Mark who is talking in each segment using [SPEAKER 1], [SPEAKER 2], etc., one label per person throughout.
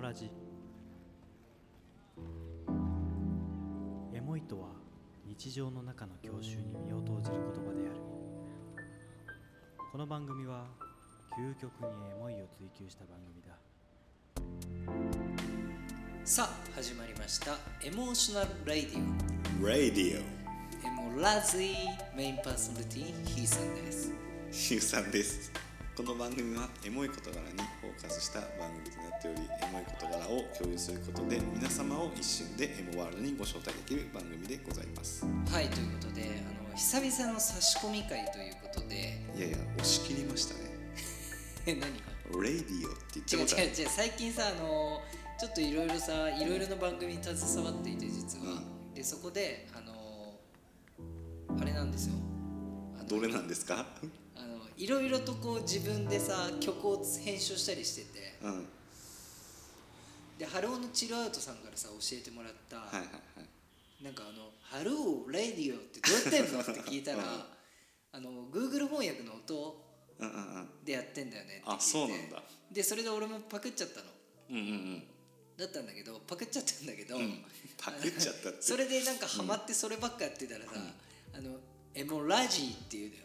[SPEAKER 1] ラジエモいとは日常の中の郷愁に身を投じる言葉であるこの番組は究極にエモいを追求した番組だ
[SPEAKER 2] さあ始まりましたエモーショナルラディオ
[SPEAKER 3] Radio
[SPEAKER 2] エモラズイメインパーソナリティヒーさんです
[SPEAKER 3] しゅうさんですこの番組はエモい事柄にフォーカスした番組となっておりエモい事柄を共有することで皆様を一瞬でエモワールドにご招待できる番組でございます
[SPEAKER 2] はいということであの久々の差し込み会ということで
[SPEAKER 3] いやいや押し切りましたね
[SPEAKER 2] え何が
[SPEAKER 3] Radio って言っ
[SPEAKER 2] 違
[SPEAKER 3] て
[SPEAKER 2] う
[SPEAKER 3] も
[SPEAKER 2] 違う違う最近さあのちょっといろいろさいろいろな番組に携わっていて実は、でそこであのあれなんですよあの
[SPEAKER 3] どれなんですか
[SPEAKER 2] あのいろいろとこう自分でさ曲を編集したりしてて
[SPEAKER 3] うんはい
[SPEAKER 2] でハローのチルアウトさんからさ教えてもらった、
[SPEAKER 3] はいはい
[SPEAKER 2] なんかあの「ハローレディオ」ってどうやってんのって聞いたらあの Google 翻訳の音
[SPEAKER 3] うんうんうん
[SPEAKER 2] でやってんだよねって聞いて
[SPEAKER 3] あそうなんだ
[SPEAKER 2] でそれで俺もパクっちゃったの
[SPEAKER 3] うんうんうん
[SPEAKER 2] だったんだけどパクっちゃったんだけど、
[SPEAKER 3] んパクっちゃったって
[SPEAKER 2] それでなんかハマってそればっかやってたらさ、あのエモラジーっていうのよ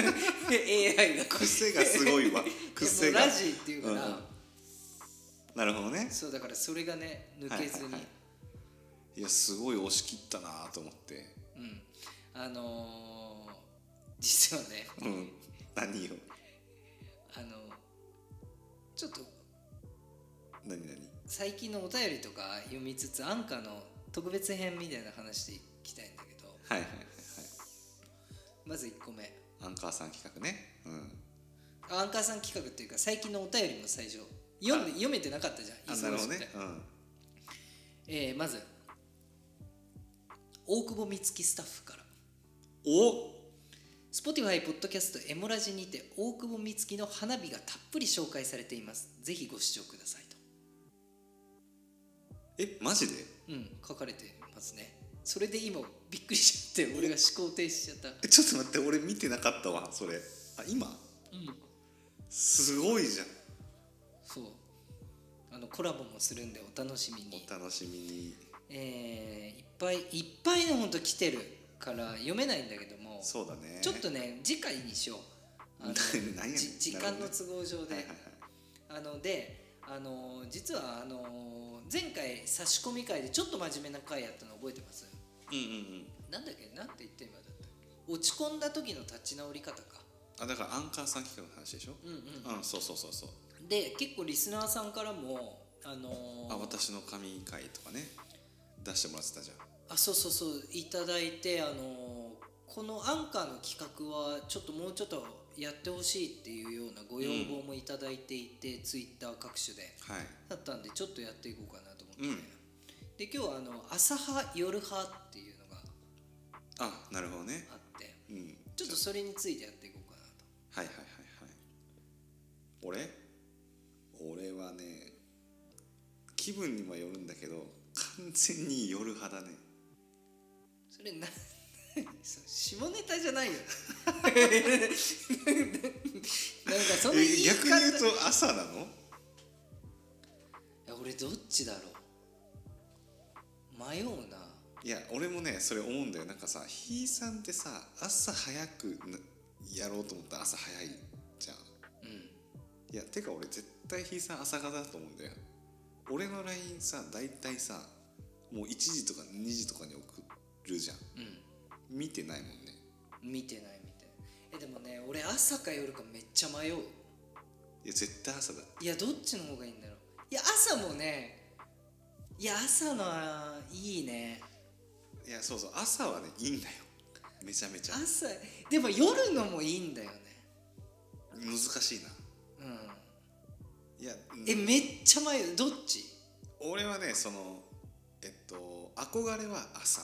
[SPEAKER 2] AI が
[SPEAKER 3] 癖がす ごい わ癖が
[SPEAKER 2] エモラジーっていうから、
[SPEAKER 3] うんうんなるほどね
[SPEAKER 2] そうだからそれがね抜けずに、
[SPEAKER 3] はいはいはいいやすごい押し切ったなと思って
[SPEAKER 2] うんあのー実はね
[SPEAKER 3] うん何よ
[SPEAKER 2] あのちょっと
[SPEAKER 3] 何何
[SPEAKER 2] 最近のお便りとか読みつつアンカーの特別編みたいな話していきたいんだけど
[SPEAKER 3] はいはいはいはい
[SPEAKER 2] まず1個目
[SPEAKER 3] アンカーさん企画ねうん
[SPEAKER 2] アンカーさん企画っていうか最近のお便りも最初読んで読めてなかったじゃん
[SPEAKER 3] あ
[SPEAKER 2] 忙しくて
[SPEAKER 3] なるほどね、うん、
[SPEAKER 2] えーまず大久保美月スタッフから
[SPEAKER 3] お
[SPEAKER 2] Spotify ポッドキャストエモラジにて大久保美月の花火がたっぷり紹介されていますぜひご視聴くださいと
[SPEAKER 3] えマジで
[SPEAKER 2] うん書かれてますねそれで今びっくりしちゃって俺が思考停止しちゃった
[SPEAKER 3] えちょっと待って俺見てなかったわそれあ今
[SPEAKER 2] うん
[SPEAKER 3] すごいじゃん
[SPEAKER 2] そうあのコラボもするんでお楽しみに
[SPEAKER 3] お楽しみに
[SPEAKER 2] えーいっぱいいっぱいのほんと来てるから読めないんだけども
[SPEAKER 3] そうだね
[SPEAKER 2] ちょっとね次回にしようあ の
[SPEAKER 3] 何やねん
[SPEAKER 2] じ時間の都合上で、
[SPEAKER 3] はいはいはい
[SPEAKER 2] あのであの実はあの前回差し込み会でちょっと真面目な会やったの覚えてます
[SPEAKER 3] うんうんうん
[SPEAKER 2] なんだっけなんて言って今だったっけ落ち込んだ時の立ち直り方か
[SPEAKER 3] あだからアンカーさん企画の話でしょ
[SPEAKER 2] うん
[SPEAKER 3] うん、そうそうそうそう
[SPEAKER 2] うんで結構リスナーさんからもあの
[SPEAKER 3] あ私の神回とかね出してもらってたじゃん
[SPEAKER 2] あそうそうそういただいてあのこのアンカーの企画はちょっともうちょっとやってほしいっていうようなご要望もいただいていて、ツイッター各種で
[SPEAKER 3] はい
[SPEAKER 2] だったんでちょっとやっていこうかなと思って、
[SPEAKER 3] うん
[SPEAKER 2] で今日はあの朝派夜派っていうのが
[SPEAKER 3] あなるほどね
[SPEAKER 2] あって
[SPEAKER 3] うん
[SPEAKER 2] ちょっとそれについてやっていこうかなと
[SPEAKER 3] はいはいはいはい俺俺はね気分にもよるんだけど完全に夜派だね
[SPEAKER 2] それなそう下ネタじゃ ないよなんかその言い
[SPEAKER 3] え
[SPEAKER 2] 方
[SPEAKER 3] 逆に言う
[SPEAKER 2] い
[SPEAKER 3] と朝なの
[SPEAKER 2] や俺どっちだろう迷うない
[SPEAKER 3] や俺もねそれ思うんだよなんかさひいさんってさ朝早くなやろうと思ったら朝早いじゃん
[SPEAKER 2] うん
[SPEAKER 3] いやてか俺絶対ひいさん朝方だと思うんだよ俺の LINE さ大体さもう1時とか2時とかに送るじゃん
[SPEAKER 2] う
[SPEAKER 3] 見てないもんね
[SPEAKER 2] ん見てない見てないえでもね俺朝か夜かめっちゃ迷う
[SPEAKER 3] いや絶対朝だ
[SPEAKER 2] いやどっちの方がいいんだろういや朝もねいや朝のはいいね
[SPEAKER 3] いやそうそう朝はねいいんだよめちゃめちゃ
[SPEAKER 2] 朝でも夜のもいいんだよね
[SPEAKER 3] 難しいな
[SPEAKER 2] うん
[SPEAKER 3] いや
[SPEAKER 2] え
[SPEAKER 3] うん
[SPEAKER 2] めっちゃ迷うどっち
[SPEAKER 3] 俺はねそのえっと憧れは朝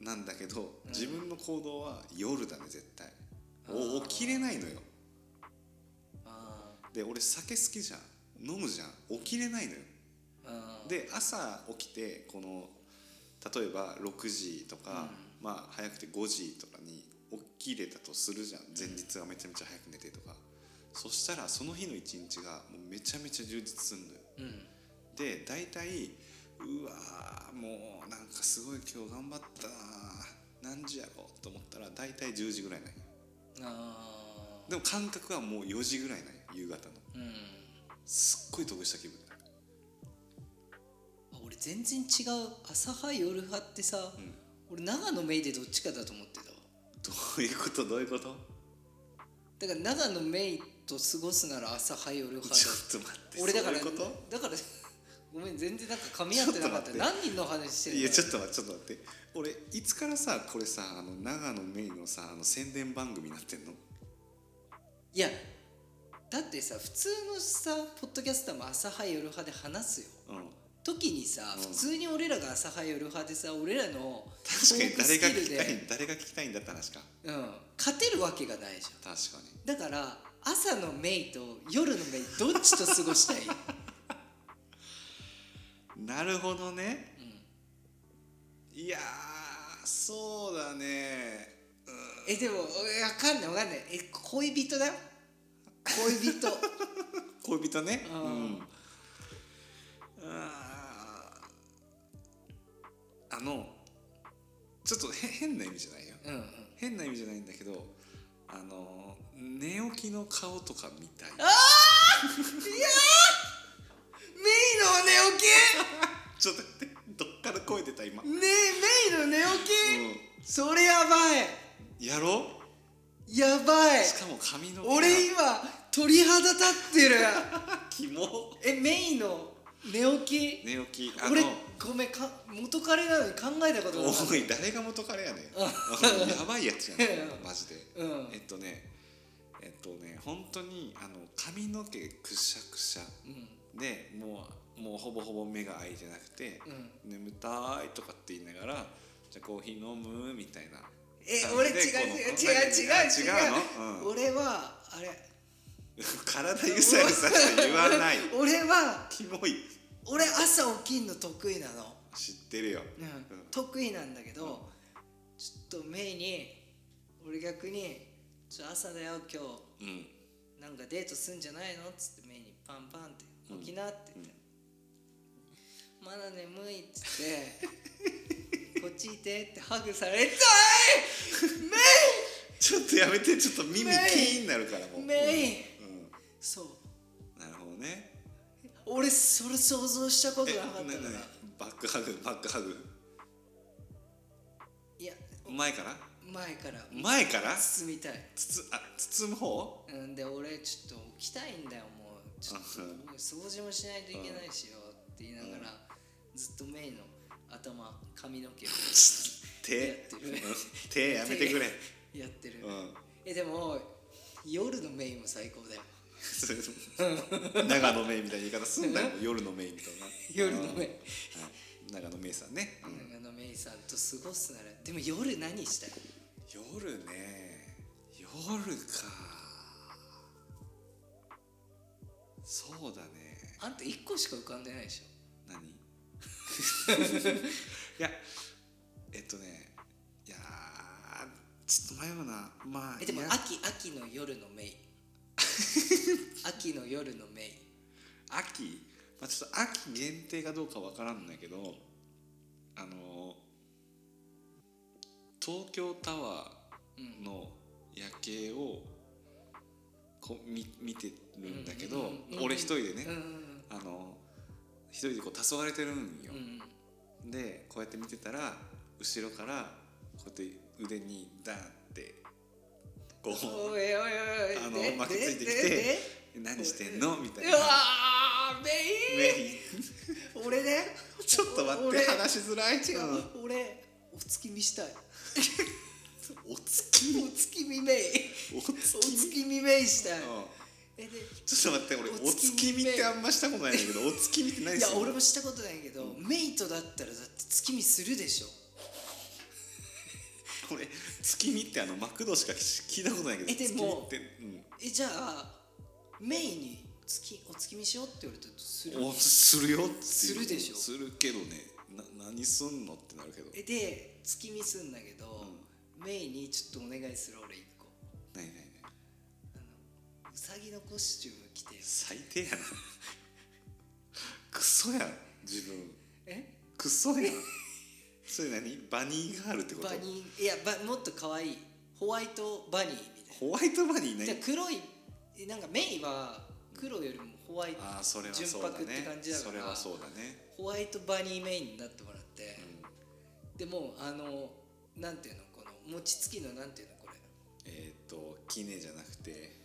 [SPEAKER 3] なんだけど、
[SPEAKER 2] うん
[SPEAKER 3] 自分の行動は夜だね絶対
[SPEAKER 2] あ
[SPEAKER 3] お
[SPEAKER 2] ー
[SPEAKER 3] 起きれないのよ
[SPEAKER 2] あ
[SPEAKER 3] で俺酒好きじゃん飲むじゃん起きれないのよ
[SPEAKER 2] ーあー
[SPEAKER 3] で朝起きてこの例えば6時とか、まあ早くて5時とかに起きれたとするじゃん前日はめちゃめちゃ早く寝てとか、そしたらその日の一日がもうめちゃめちゃ充実するのよ
[SPEAKER 2] うん
[SPEAKER 3] で大体うわーもうなんかすごい今日頑張ったな何時やろうと思ったら大体10時ぐらいなんよ
[SPEAKER 2] ああ
[SPEAKER 3] でも感覚はもう4時ぐらいなんよ夕方の
[SPEAKER 2] うん
[SPEAKER 3] すっごい得した気分だ
[SPEAKER 2] あ俺全然違う朝派夜派ってさ、
[SPEAKER 3] ん
[SPEAKER 2] 俺長野メイでどっちかだと思ってたわ
[SPEAKER 3] どういうことどういうこと
[SPEAKER 2] だから長野メイと過ごすなら朝派夜派だ
[SPEAKER 3] ちょっと待って
[SPEAKER 2] 俺だから
[SPEAKER 3] そういうこと
[SPEAKER 2] だから ごめん全然なんか噛み合ってなかった
[SPEAKER 3] ちょっと待って
[SPEAKER 2] 何人の話してる
[SPEAKER 3] いやちょっ
[SPEAKER 2] と
[SPEAKER 3] と待ってちょっと待って俺いつからさこれさあの長野メイのさあの宣伝番組になってんの
[SPEAKER 2] いやだってさ普通のさポッドキャスターも朝派夜派で話すよ
[SPEAKER 3] うん
[SPEAKER 2] 時にさ、
[SPEAKER 3] うん
[SPEAKER 2] 普通に俺らが朝派夜派でさ俺らの
[SPEAKER 3] 確かに誰が
[SPEAKER 2] トーク
[SPEAKER 3] 聞
[SPEAKER 2] スキ
[SPEAKER 3] き
[SPEAKER 2] ル
[SPEAKER 3] た
[SPEAKER 2] で
[SPEAKER 3] い誰が聞きたいんだった話か
[SPEAKER 2] うん、勝てるわけがないじゃん
[SPEAKER 3] 確かに
[SPEAKER 2] だから朝のメイと夜のメイどっちと過ごしたい、
[SPEAKER 3] なるほどね
[SPEAKER 2] うん
[SPEAKER 3] いやーそうだね
[SPEAKER 2] えでもわかんないわかんないえ恋人だよ恋人
[SPEAKER 3] 恋人ね
[SPEAKER 2] あー
[SPEAKER 3] うんあーあのちょっとへ変な意味じゃないよ
[SPEAKER 2] うんうん
[SPEAKER 3] 変な意味じゃないんだけどあの寝起きの顔とか見たい
[SPEAKER 2] メイの寝起
[SPEAKER 3] ちょっと待ってどっから声出た今、う
[SPEAKER 2] き
[SPEAKER 3] ん、
[SPEAKER 2] ねメイの寝起き、それやば
[SPEAKER 3] やろ
[SPEAKER 2] いやばいう
[SPEAKER 3] しかも髪の毛が
[SPEAKER 2] 俺今鳥肌立ってる
[SPEAKER 3] キモ
[SPEAKER 2] えメイの寝起き
[SPEAKER 3] 寝起きあの
[SPEAKER 2] 俺ごめんか元彼なのに考えたことがなかっ
[SPEAKER 3] おい誰が元彼やねんやばいや つやねんマジで
[SPEAKER 2] たうん
[SPEAKER 3] えっとねえっとね本当にあの髪の毛くしゃくしゃ
[SPEAKER 2] うん
[SPEAKER 3] でもうもうほぼほぼ目が開いてなくて
[SPEAKER 2] うん
[SPEAKER 3] 「眠たい」とかって言いながら「じゃあコーヒー飲む?」みたいな
[SPEAKER 2] え
[SPEAKER 3] なんで
[SPEAKER 2] 俺違う
[SPEAKER 3] この
[SPEAKER 2] 違う違う違う
[SPEAKER 3] 違うの
[SPEAKER 2] 違
[SPEAKER 3] うん
[SPEAKER 2] う俺はあれ
[SPEAKER 3] 体ゆさゆさして言わない
[SPEAKER 2] 俺は
[SPEAKER 3] キモい
[SPEAKER 2] 俺朝起きんの得意なの、
[SPEAKER 3] 知ってるよ
[SPEAKER 2] うん
[SPEAKER 3] うん
[SPEAKER 2] 得意なんだけど、ちょっとメイに俺逆に「ちょ朝だよ今
[SPEAKER 3] うん
[SPEAKER 2] 日なんかデートすんじゃないの?」っつってメイにパンパンって「起きな」って言って、まだ眠い」っつ って「こっちいて」ってハグされたい
[SPEAKER 3] ちょっとやめてちょっと耳キ
[SPEAKER 2] メイ
[SPEAKER 3] ーンになるからもう
[SPEAKER 2] メイ
[SPEAKER 3] うん
[SPEAKER 2] そう
[SPEAKER 3] うんなるほどね
[SPEAKER 2] 俺それ想像したこと
[SPEAKER 3] え
[SPEAKER 2] なかった
[SPEAKER 3] な
[SPEAKER 2] か
[SPEAKER 3] な
[SPEAKER 2] ら
[SPEAKER 3] なバックハグバックハグ
[SPEAKER 2] いや
[SPEAKER 3] 前から
[SPEAKER 2] 前から
[SPEAKER 3] 前から
[SPEAKER 2] 包みたい、
[SPEAKER 3] つつあ包 む方
[SPEAKER 2] うん、で俺ちょっと起きたいんだよもうちょっと
[SPEAKER 3] うん
[SPEAKER 2] もう掃除もしないといけないしよって言いながらずっとメイの頭髪の毛をやっ
[SPEAKER 3] 手
[SPEAKER 2] てる
[SPEAKER 3] 手やめてくれ
[SPEAKER 2] やってる、
[SPEAKER 3] うん
[SPEAKER 2] えでも夜のメイも最高だよ
[SPEAKER 3] それ長野メイみたいな言い方すんなよ夜のメイみたいな
[SPEAKER 2] 夜のメイ、
[SPEAKER 3] イ長野メイさんね、うん
[SPEAKER 2] 夜のメイさんと過ごすならでも夜何したい
[SPEAKER 3] 夜ね夜かそうだね
[SPEAKER 2] あんた1個しか浮かんでないでしょ
[SPEAKER 3] 何いやえっとねいやーちょっと迷うなまあ
[SPEAKER 2] えでも
[SPEAKER 3] いや
[SPEAKER 2] 秋秋の夜の メイ秋の夜のメイ
[SPEAKER 3] 秋、まあ、ちょっと秋限定かどうかわからんだけどあの東京タワーの夜景をこう見見てるんだけ
[SPEAKER 2] う
[SPEAKER 3] ど、
[SPEAKER 2] んうんうん
[SPEAKER 3] 俺一人でね、
[SPEAKER 2] うん
[SPEAKER 3] あの一人でこう黄昏れてるんよ
[SPEAKER 2] うんう、ん
[SPEAKER 3] でこうやって見てたら後ろからこうやって腕にダーンって こ
[SPEAKER 2] おいおいおいおい
[SPEAKER 3] あの
[SPEAKER 2] で
[SPEAKER 3] 巻きついてきて
[SPEAKER 2] でで
[SPEAKER 3] う「何してんの?」みたいうな
[SPEAKER 2] わーメイ
[SPEAKER 3] メイ
[SPEAKER 2] 俺ね
[SPEAKER 3] ちょっと待って
[SPEAKER 2] 俺
[SPEAKER 3] 話しづらい
[SPEAKER 2] 違う、
[SPEAKER 3] うん
[SPEAKER 2] 俺お月見したい
[SPEAKER 3] お月見
[SPEAKER 2] お月見メイ
[SPEAKER 3] お月見
[SPEAKER 2] お月見メイしたい、
[SPEAKER 3] うん
[SPEAKER 2] えで
[SPEAKER 3] ちょっと待って俺
[SPEAKER 2] お月見
[SPEAKER 3] お月見ってあんましたことないんだけどお月見って何
[SPEAKER 2] い
[SPEAKER 3] す
[SPEAKER 2] や
[SPEAKER 3] るの
[SPEAKER 2] 俺もしたことないけど、メイとだったらだって月見するでしょ
[SPEAKER 3] 俺月見ってあのマクドしか聞いたことないけど
[SPEAKER 2] えでも
[SPEAKER 3] 月見って、うん
[SPEAKER 2] えじゃあメイに月お月見しようって言われたらする
[SPEAKER 3] おするよっていう
[SPEAKER 2] するでしょ
[SPEAKER 3] するけどねな何すんのってなるけど
[SPEAKER 2] えで月見すんだけど、メイにちょっとお願いする俺一個
[SPEAKER 3] ないないない
[SPEAKER 2] あのうさぎのコスチューム着て
[SPEAKER 3] 最低やなクソやん自分
[SPEAKER 2] え
[SPEAKER 3] クソやんそれ何バニーガールってこと
[SPEAKER 2] バニーいやバもっと可愛いホワイトバニーみたい
[SPEAKER 3] ホワイトバニー
[SPEAKER 2] なじゃあ
[SPEAKER 3] ね
[SPEAKER 2] 黒いなんかメイは黒よりもホワイト
[SPEAKER 3] ああそれはそう
[SPEAKER 2] 純
[SPEAKER 3] だ
[SPEAKER 2] 白っ
[SPEAKER 3] ね
[SPEAKER 2] て感じだから
[SPEAKER 3] それはそうだね
[SPEAKER 2] ホワイトバニーメインになってもらって
[SPEAKER 3] う、ん
[SPEAKER 2] でもうあのなんていうのこの餅つきのなんていうのこれ
[SPEAKER 3] えーっとキネじゃなくて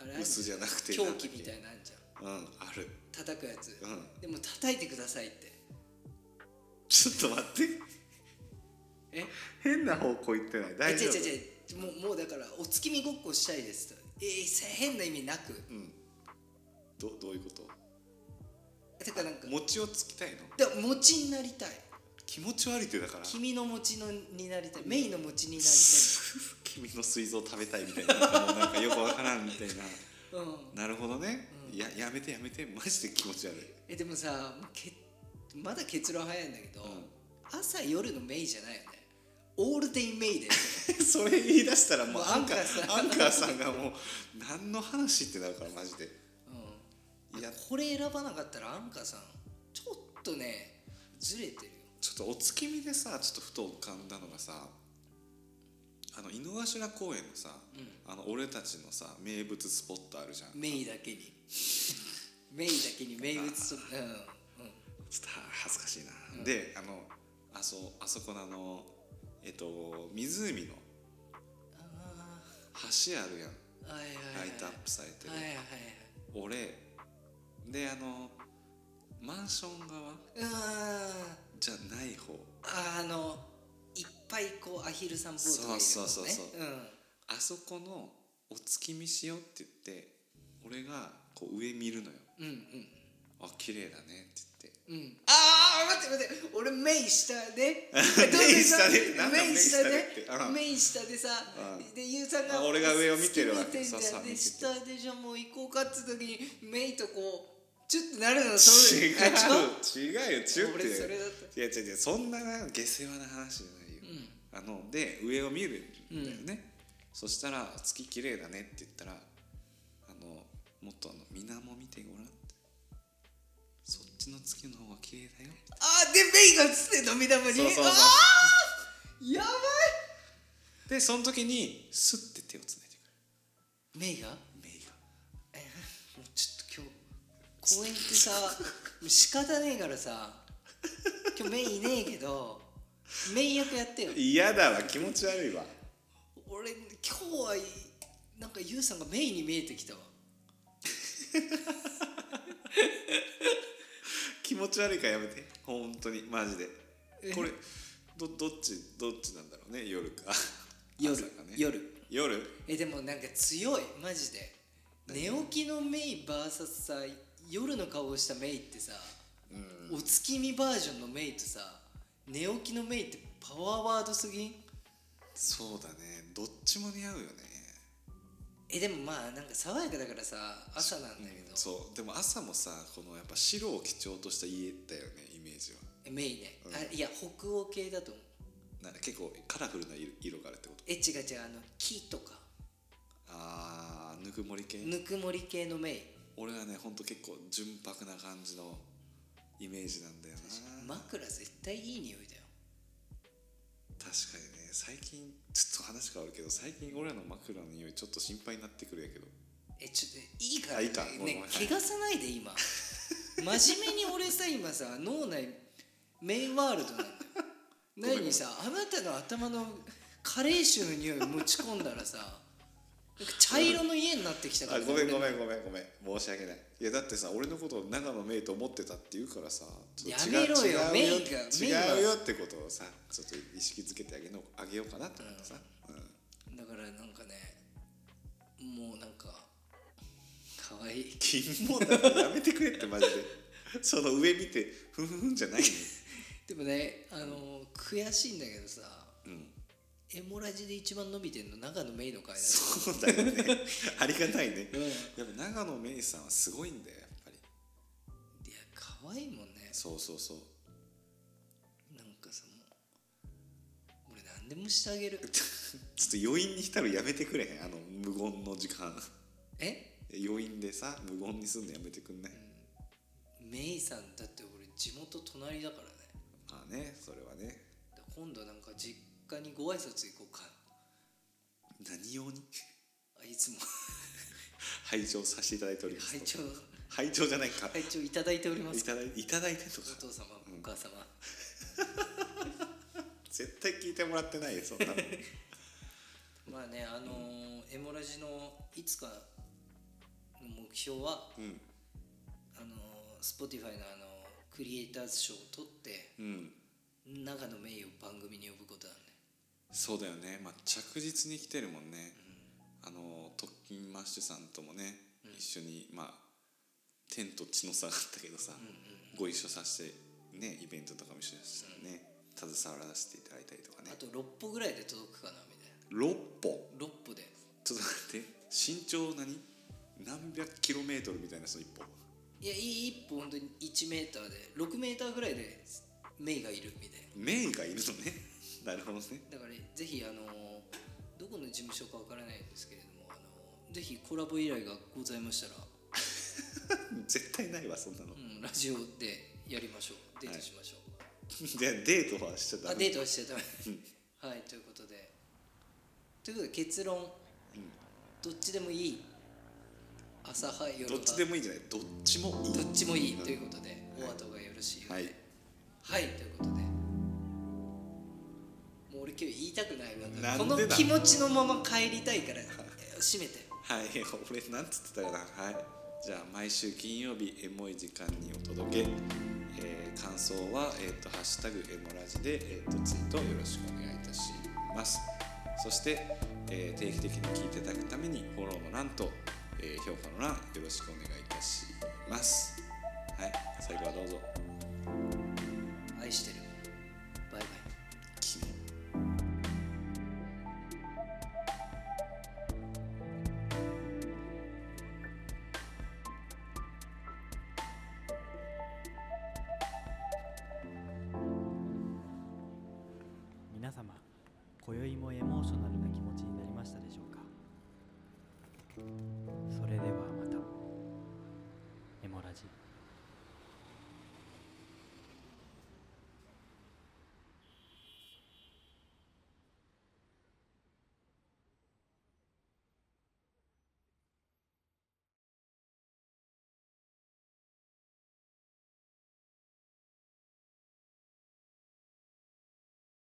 [SPEAKER 2] あれある
[SPEAKER 3] 薄じゃなくて
[SPEAKER 2] 狂気みたい
[SPEAKER 3] な
[SPEAKER 2] なのあんじゃ
[SPEAKER 3] うんある
[SPEAKER 2] ん叩くやつ、
[SPEAKER 3] うん
[SPEAKER 2] でも叩いてくださいって
[SPEAKER 3] ちょっと待って
[SPEAKER 2] え
[SPEAKER 3] 変な方向行ってない大丈夫
[SPEAKER 2] え違う違う違うもうもうだからお月見ごっこしたいですとえーせ変な意味なく
[SPEAKER 3] うんどどういうこと
[SPEAKER 2] だからなんか
[SPEAKER 3] 餅をつきたいの
[SPEAKER 2] だから餅になりたい
[SPEAKER 3] 気持ち悪いってだから
[SPEAKER 2] 君の餅のになりたいメイの餅になり
[SPEAKER 3] 君の膵臓食べたいみたいななんかよくわからんみたいな
[SPEAKER 2] たいうん
[SPEAKER 3] なるほどね、
[SPEAKER 2] うん
[SPEAKER 3] ややめてやめてマジで気持ち悪い
[SPEAKER 2] えでもさもうけまだ結論早いんだけど、
[SPEAKER 3] う
[SPEAKER 2] 朝夜のメイじゃないよねオールデイメイで
[SPEAKER 3] それ言い出したらもう
[SPEAKER 2] もう
[SPEAKER 3] アンカーア
[SPEAKER 2] ア
[SPEAKER 3] ン
[SPEAKER 2] ン
[SPEAKER 3] カ
[SPEAKER 2] カ
[SPEAKER 3] ー
[SPEAKER 2] ー
[SPEAKER 3] さ
[SPEAKER 2] さん
[SPEAKER 3] んがもう何の話ってなるからマジで
[SPEAKER 2] うん
[SPEAKER 3] いや
[SPEAKER 2] これ選ばなかったらアンカさんちょっとねずれてるよ
[SPEAKER 3] ちょっとお月見でさちょっとふと浮かんだのがさあの井の頭公園のさ、あの俺たちのさ名物スポットあるじゃん
[SPEAKER 2] メイだけにメイだけに名物とうんうん
[SPEAKER 3] ちょっと恥ずかしいな、であのあそあそこのあのえっと湖の
[SPEAKER 2] あ
[SPEAKER 3] 橋あるやん
[SPEAKER 2] ーはいはいは
[SPEAKER 3] ラ
[SPEAKER 2] い
[SPEAKER 3] イトアップされてる、
[SPEAKER 2] はいはい
[SPEAKER 3] 俺であのマンション側
[SPEAKER 2] はいうん
[SPEAKER 3] じゃない方
[SPEAKER 2] あのいっぱいこうアヒルさんボートがいるのね
[SPEAKER 3] そうそうそうそう
[SPEAKER 2] うん
[SPEAKER 3] あそこのお月見しようって言って俺がこう上見るのよ
[SPEAKER 2] うん
[SPEAKER 3] あ綺麗だねって言って
[SPEAKER 2] うんうんああ待って待って俺メイ下でどうせさ
[SPEAKER 3] メイ下でな
[SPEAKER 2] メイ下で
[SPEAKER 3] んだメイ下でってうん
[SPEAKER 2] メイ下でさ
[SPEAKER 3] うん
[SPEAKER 2] でゆうさんが
[SPEAKER 3] あ俺が上を見てる
[SPEAKER 2] 好
[SPEAKER 3] わ
[SPEAKER 2] き
[SPEAKER 3] け
[SPEAKER 2] 見てん
[SPEAKER 3] そう
[SPEAKER 2] だ
[SPEAKER 3] そう
[SPEAKER 2] よ
[SPEAKER 3] 見
[SPEAKER 2] で
[SPEAKER 3] てて
[SPEAKER 2] 下でじゃあもう行こうかっつう時にメイとこうちょっとなるのそうだよあ
[SPEAKER 3] 違う違うよ チュって
[SPEAKER 2] 俺それだった
[SPEAKER 3] いや違う違うそんなな下世話な話じゃないよ、あので上を見るんだよね、そしたら「月綺麗だね」って言ったらあのもっとあの水面見てごらんそっちの月の方が綺麗だよ
[SPEAKER 2] あでメイが映ってんのみだまに
[SPEAKER 3] そうそうそう
[SPEAKER 2] あーやばい
[SPEAKER 3] でその時にスッて手をつないで
[SPEAKER 2] メイが
[SPEAKER 3] くるメイが
[SPEAKER 2] えーもうちょっと今日公園ってさもう仕方ねえからさ今日メイいねえけどメイ役やってよ
[SPEAKER 3] 嫌だわ気持ち悪いわ
[SPEAKER 2] 俺今日はいなんかユウさんがメイに見えてきたわ
[SPEAKER 3] 気持ち悪いからやめて本当にマジで
[SPEAKER 2] え
[SPEAKER 3] これどどっちどっちなんだろうね夜か
[SPEAKER 2] 夜、
[SPEAKER 3] 朝かね
[SPEAKER 2] 夜
[SPEAKER 3] 夜
[SPEAKER 2] えでもなんか強いマジで寝起きのメイ VS さ夜の顔をしたメイってさ、お月見バージョンのメイとさ寝起きのメイってパワーワードすぎん
[SPEAKER 3] そうだねどっちも似合うよね
[SPEAKER 2] えでもまあなんか爽やかだからさ朝なんだけど、
[SPEAKER 3] そうでも朝もさこのやっぱ白を基調とした家だよねイメージは
[SPEAKER 2] メイね、
[SPEAKER 3] うん
[SPEAKER 2] あいや北欧系だと思う
[SPEAKER 3] なんか結構カラフルな色色があるってこと
[SPEAKER 2] え違う違うあの木とか
[SPEAKER 3] あーぬくもり系
[SPEAKER 2] ぬくもり系のメイ
[SPEAKER 3] 俺はねほんと結構純白な感じのイメージなんだよな
[SPEAKER 2] 枕絶対いい匂いだよ
[SPEAKER 3] 確かにね最近ちょっと話変わるけど最近俺らの枕の匂いちょっと心配になってくるやけど
[SPEAKER 2] えちょっといいから
[SPEAKER 3] あい
[SPEAKER 2] ね
[SPEAKER 3] いかごめん
[SPEAKER 2] ね
[SPEAKER 3] ごめん
[SPEAKER 2] 怪我さないで 今真面目に俺さ今さ脳内メインワールドなんだよ
[SPEAKER 3] ん ごめん
[SPEAKER 2] 何にさあなたの頭のカレー臭の匂い持ち込んだらさなんか茶色の家になってきたか
[SPEAKER 3] あ
[SPEAKER 2] ら
[SPEAKER 3] ごめんご
[SPEAKER 2] ん
[SPEAKER 3] めんごめんごめん申し訳ないいやだってさ俺のことを長野メイと思ってたって言うからさちょっと違う
[SPEAKER 2] やめろよ
[SPEAKER 3] 違う
[SPEAKER 2] メイがメイは
[SPEAKER 3] 違うよってことをさちょっと意識づけてあげのあげようかなと思ってさ、うん
[SPEAKER 2] だからなんかねもうなんか可愛い
[SPEAKER 3] 金もだからやめてくれってマジでその上見てふんふんふんじゃない の、
[SPEAKER 2] でもねあの悔しいんだけどさ
[SPEAKER 3] うん、
[SPEAKER 2] エモラジで一番伸びてんの長野メイの回だよ
[SPEAKER 3] そうだよねありがたいね、
[SPEAKER 2] うんいや
[SPEAKER 3] やっぱ長野メイさんはすごいんだよやっぱり
[SPEAKER 2] 可愛いもんね
[SPEAKER 3] そうそうそう
[SPEAKER 2] なんかさもう俺何でもしてあげ る
[SPEAKER 3] ちょっと余韻に浸るやめてくれへんあの無言の時間
[SPEAKER 2] え
[SPEAKER 3] 余韻でさ無言にすんのやめてくんない、
[SPEAKER 2] メメイさんだって俺地元隣だからね
[SPEAKER 3] まあねそれはね
[SPEAKER 2] だから今度なんか実家にご挨拶行こうか
[SPEAKER 3] 何用に
[SPEAKER 2] あいつも
[SPEAKER 3] 拝聴させていただいております
[SPEAKER 2] 拝聴
[SPEAKER 3] 拝聴じゃないか
[SPEAKER 2] 拝聴いただいておりま
[SPEAKER 3] い
[SPEAKER 2] す
[SPEAKER 3] ただいいただいてと
[SPEAKER 2] お
[SPEAKER 3] か
[SPEAKER 2] 父様お母様、
[SPEAKER 3] 絶対聞いてもらってないよそんなの
[SPEAKER 2] まあねあのーエモラジのいつかの目標は
[SPEAKER 3] うん
[SPEAKER 2] あのー Spotify のあのークリエイターズ賞を取って
[SPEAKER 3] うん
[SPEAKER 2] 長野名誉を番組に呼ぶことなん
[SPEAKER 3] そうだよね、まあ、着実に来てるもんね、あの特勤マッシュさんともね、一緒にまあ天と地の差があったけどさ、ご一緒させてねイベントとかも一緒にしたらね、携わらせていただいたりとかね
[SPEAKER 2] であと6歩ぐらいで届くかなみたいな
[SPEAKER 3] 6歩
[SPEAKER 2] 6歩で
[SPEAKER 3] ちょっと待って身長何何百キロメートルみたいなその一歩
[SPEAKER 2] いやいい1歩本当に1メーターで6メーターぐらいで名がいるみたいな
[SPEAKER 3] メイがいるのね なるほどね
[SPEAKER 2] だからぜひあのどこの事務所かわからないんですけれどもあのぜひコラボ依頼がございましたら、
[SPEAKER 3] 絶対ないわそんなの、
[SPEAKER 2] うん、ラジオでやりましょうデートしましょ
[SPEAKER 3] じゃあデートはしちゃ
[SPEAKER 2] う、
[SPEAKER 3] ダメ
[SPEAKER 2] あデートはしちゃダメはいということでということで結論、どっちでもいい朝派夜
[SPEAKER 3] どっ
[SPEAKER 2] 派
[SPEAKER 3] ちでもいいんじゃないどっちもいい
[SPEAKER 2] どっちもいい
[SPEAKER 3] うん
[SPEAKER 2] ということで、お後がよろしいようで
[SPEAKER 3] はい
[SPEAKER 2] はい、ということでもう俺今日言いたくないわ
[SPEAKER 3] なんで
[SPEAKER 2] この
[SPEAKER 3] だ
[SPEAKER 2] 気持ちのまま帰りたいから閉めて
[SPEAKER 3] はい、 俺なんつってたかな。はい。じゃあ毎週金曜日エモい時間にお届け。えー感想はえっ、とハッシュタグエモラジでえっ、とツイートよろしくお願いいたします。そして、えー定期的に聞いていただくためにフォローの欄と、えー評価の欄よろしくお願いいたします。はい、最後はどうぞ。
[SPEAKER 2] 愛してるバイバイ
[SPEAKER 3] 君。
[SPEAKER 1] 皆様今宵もエモーショナルな気持ちになりましたでしょうか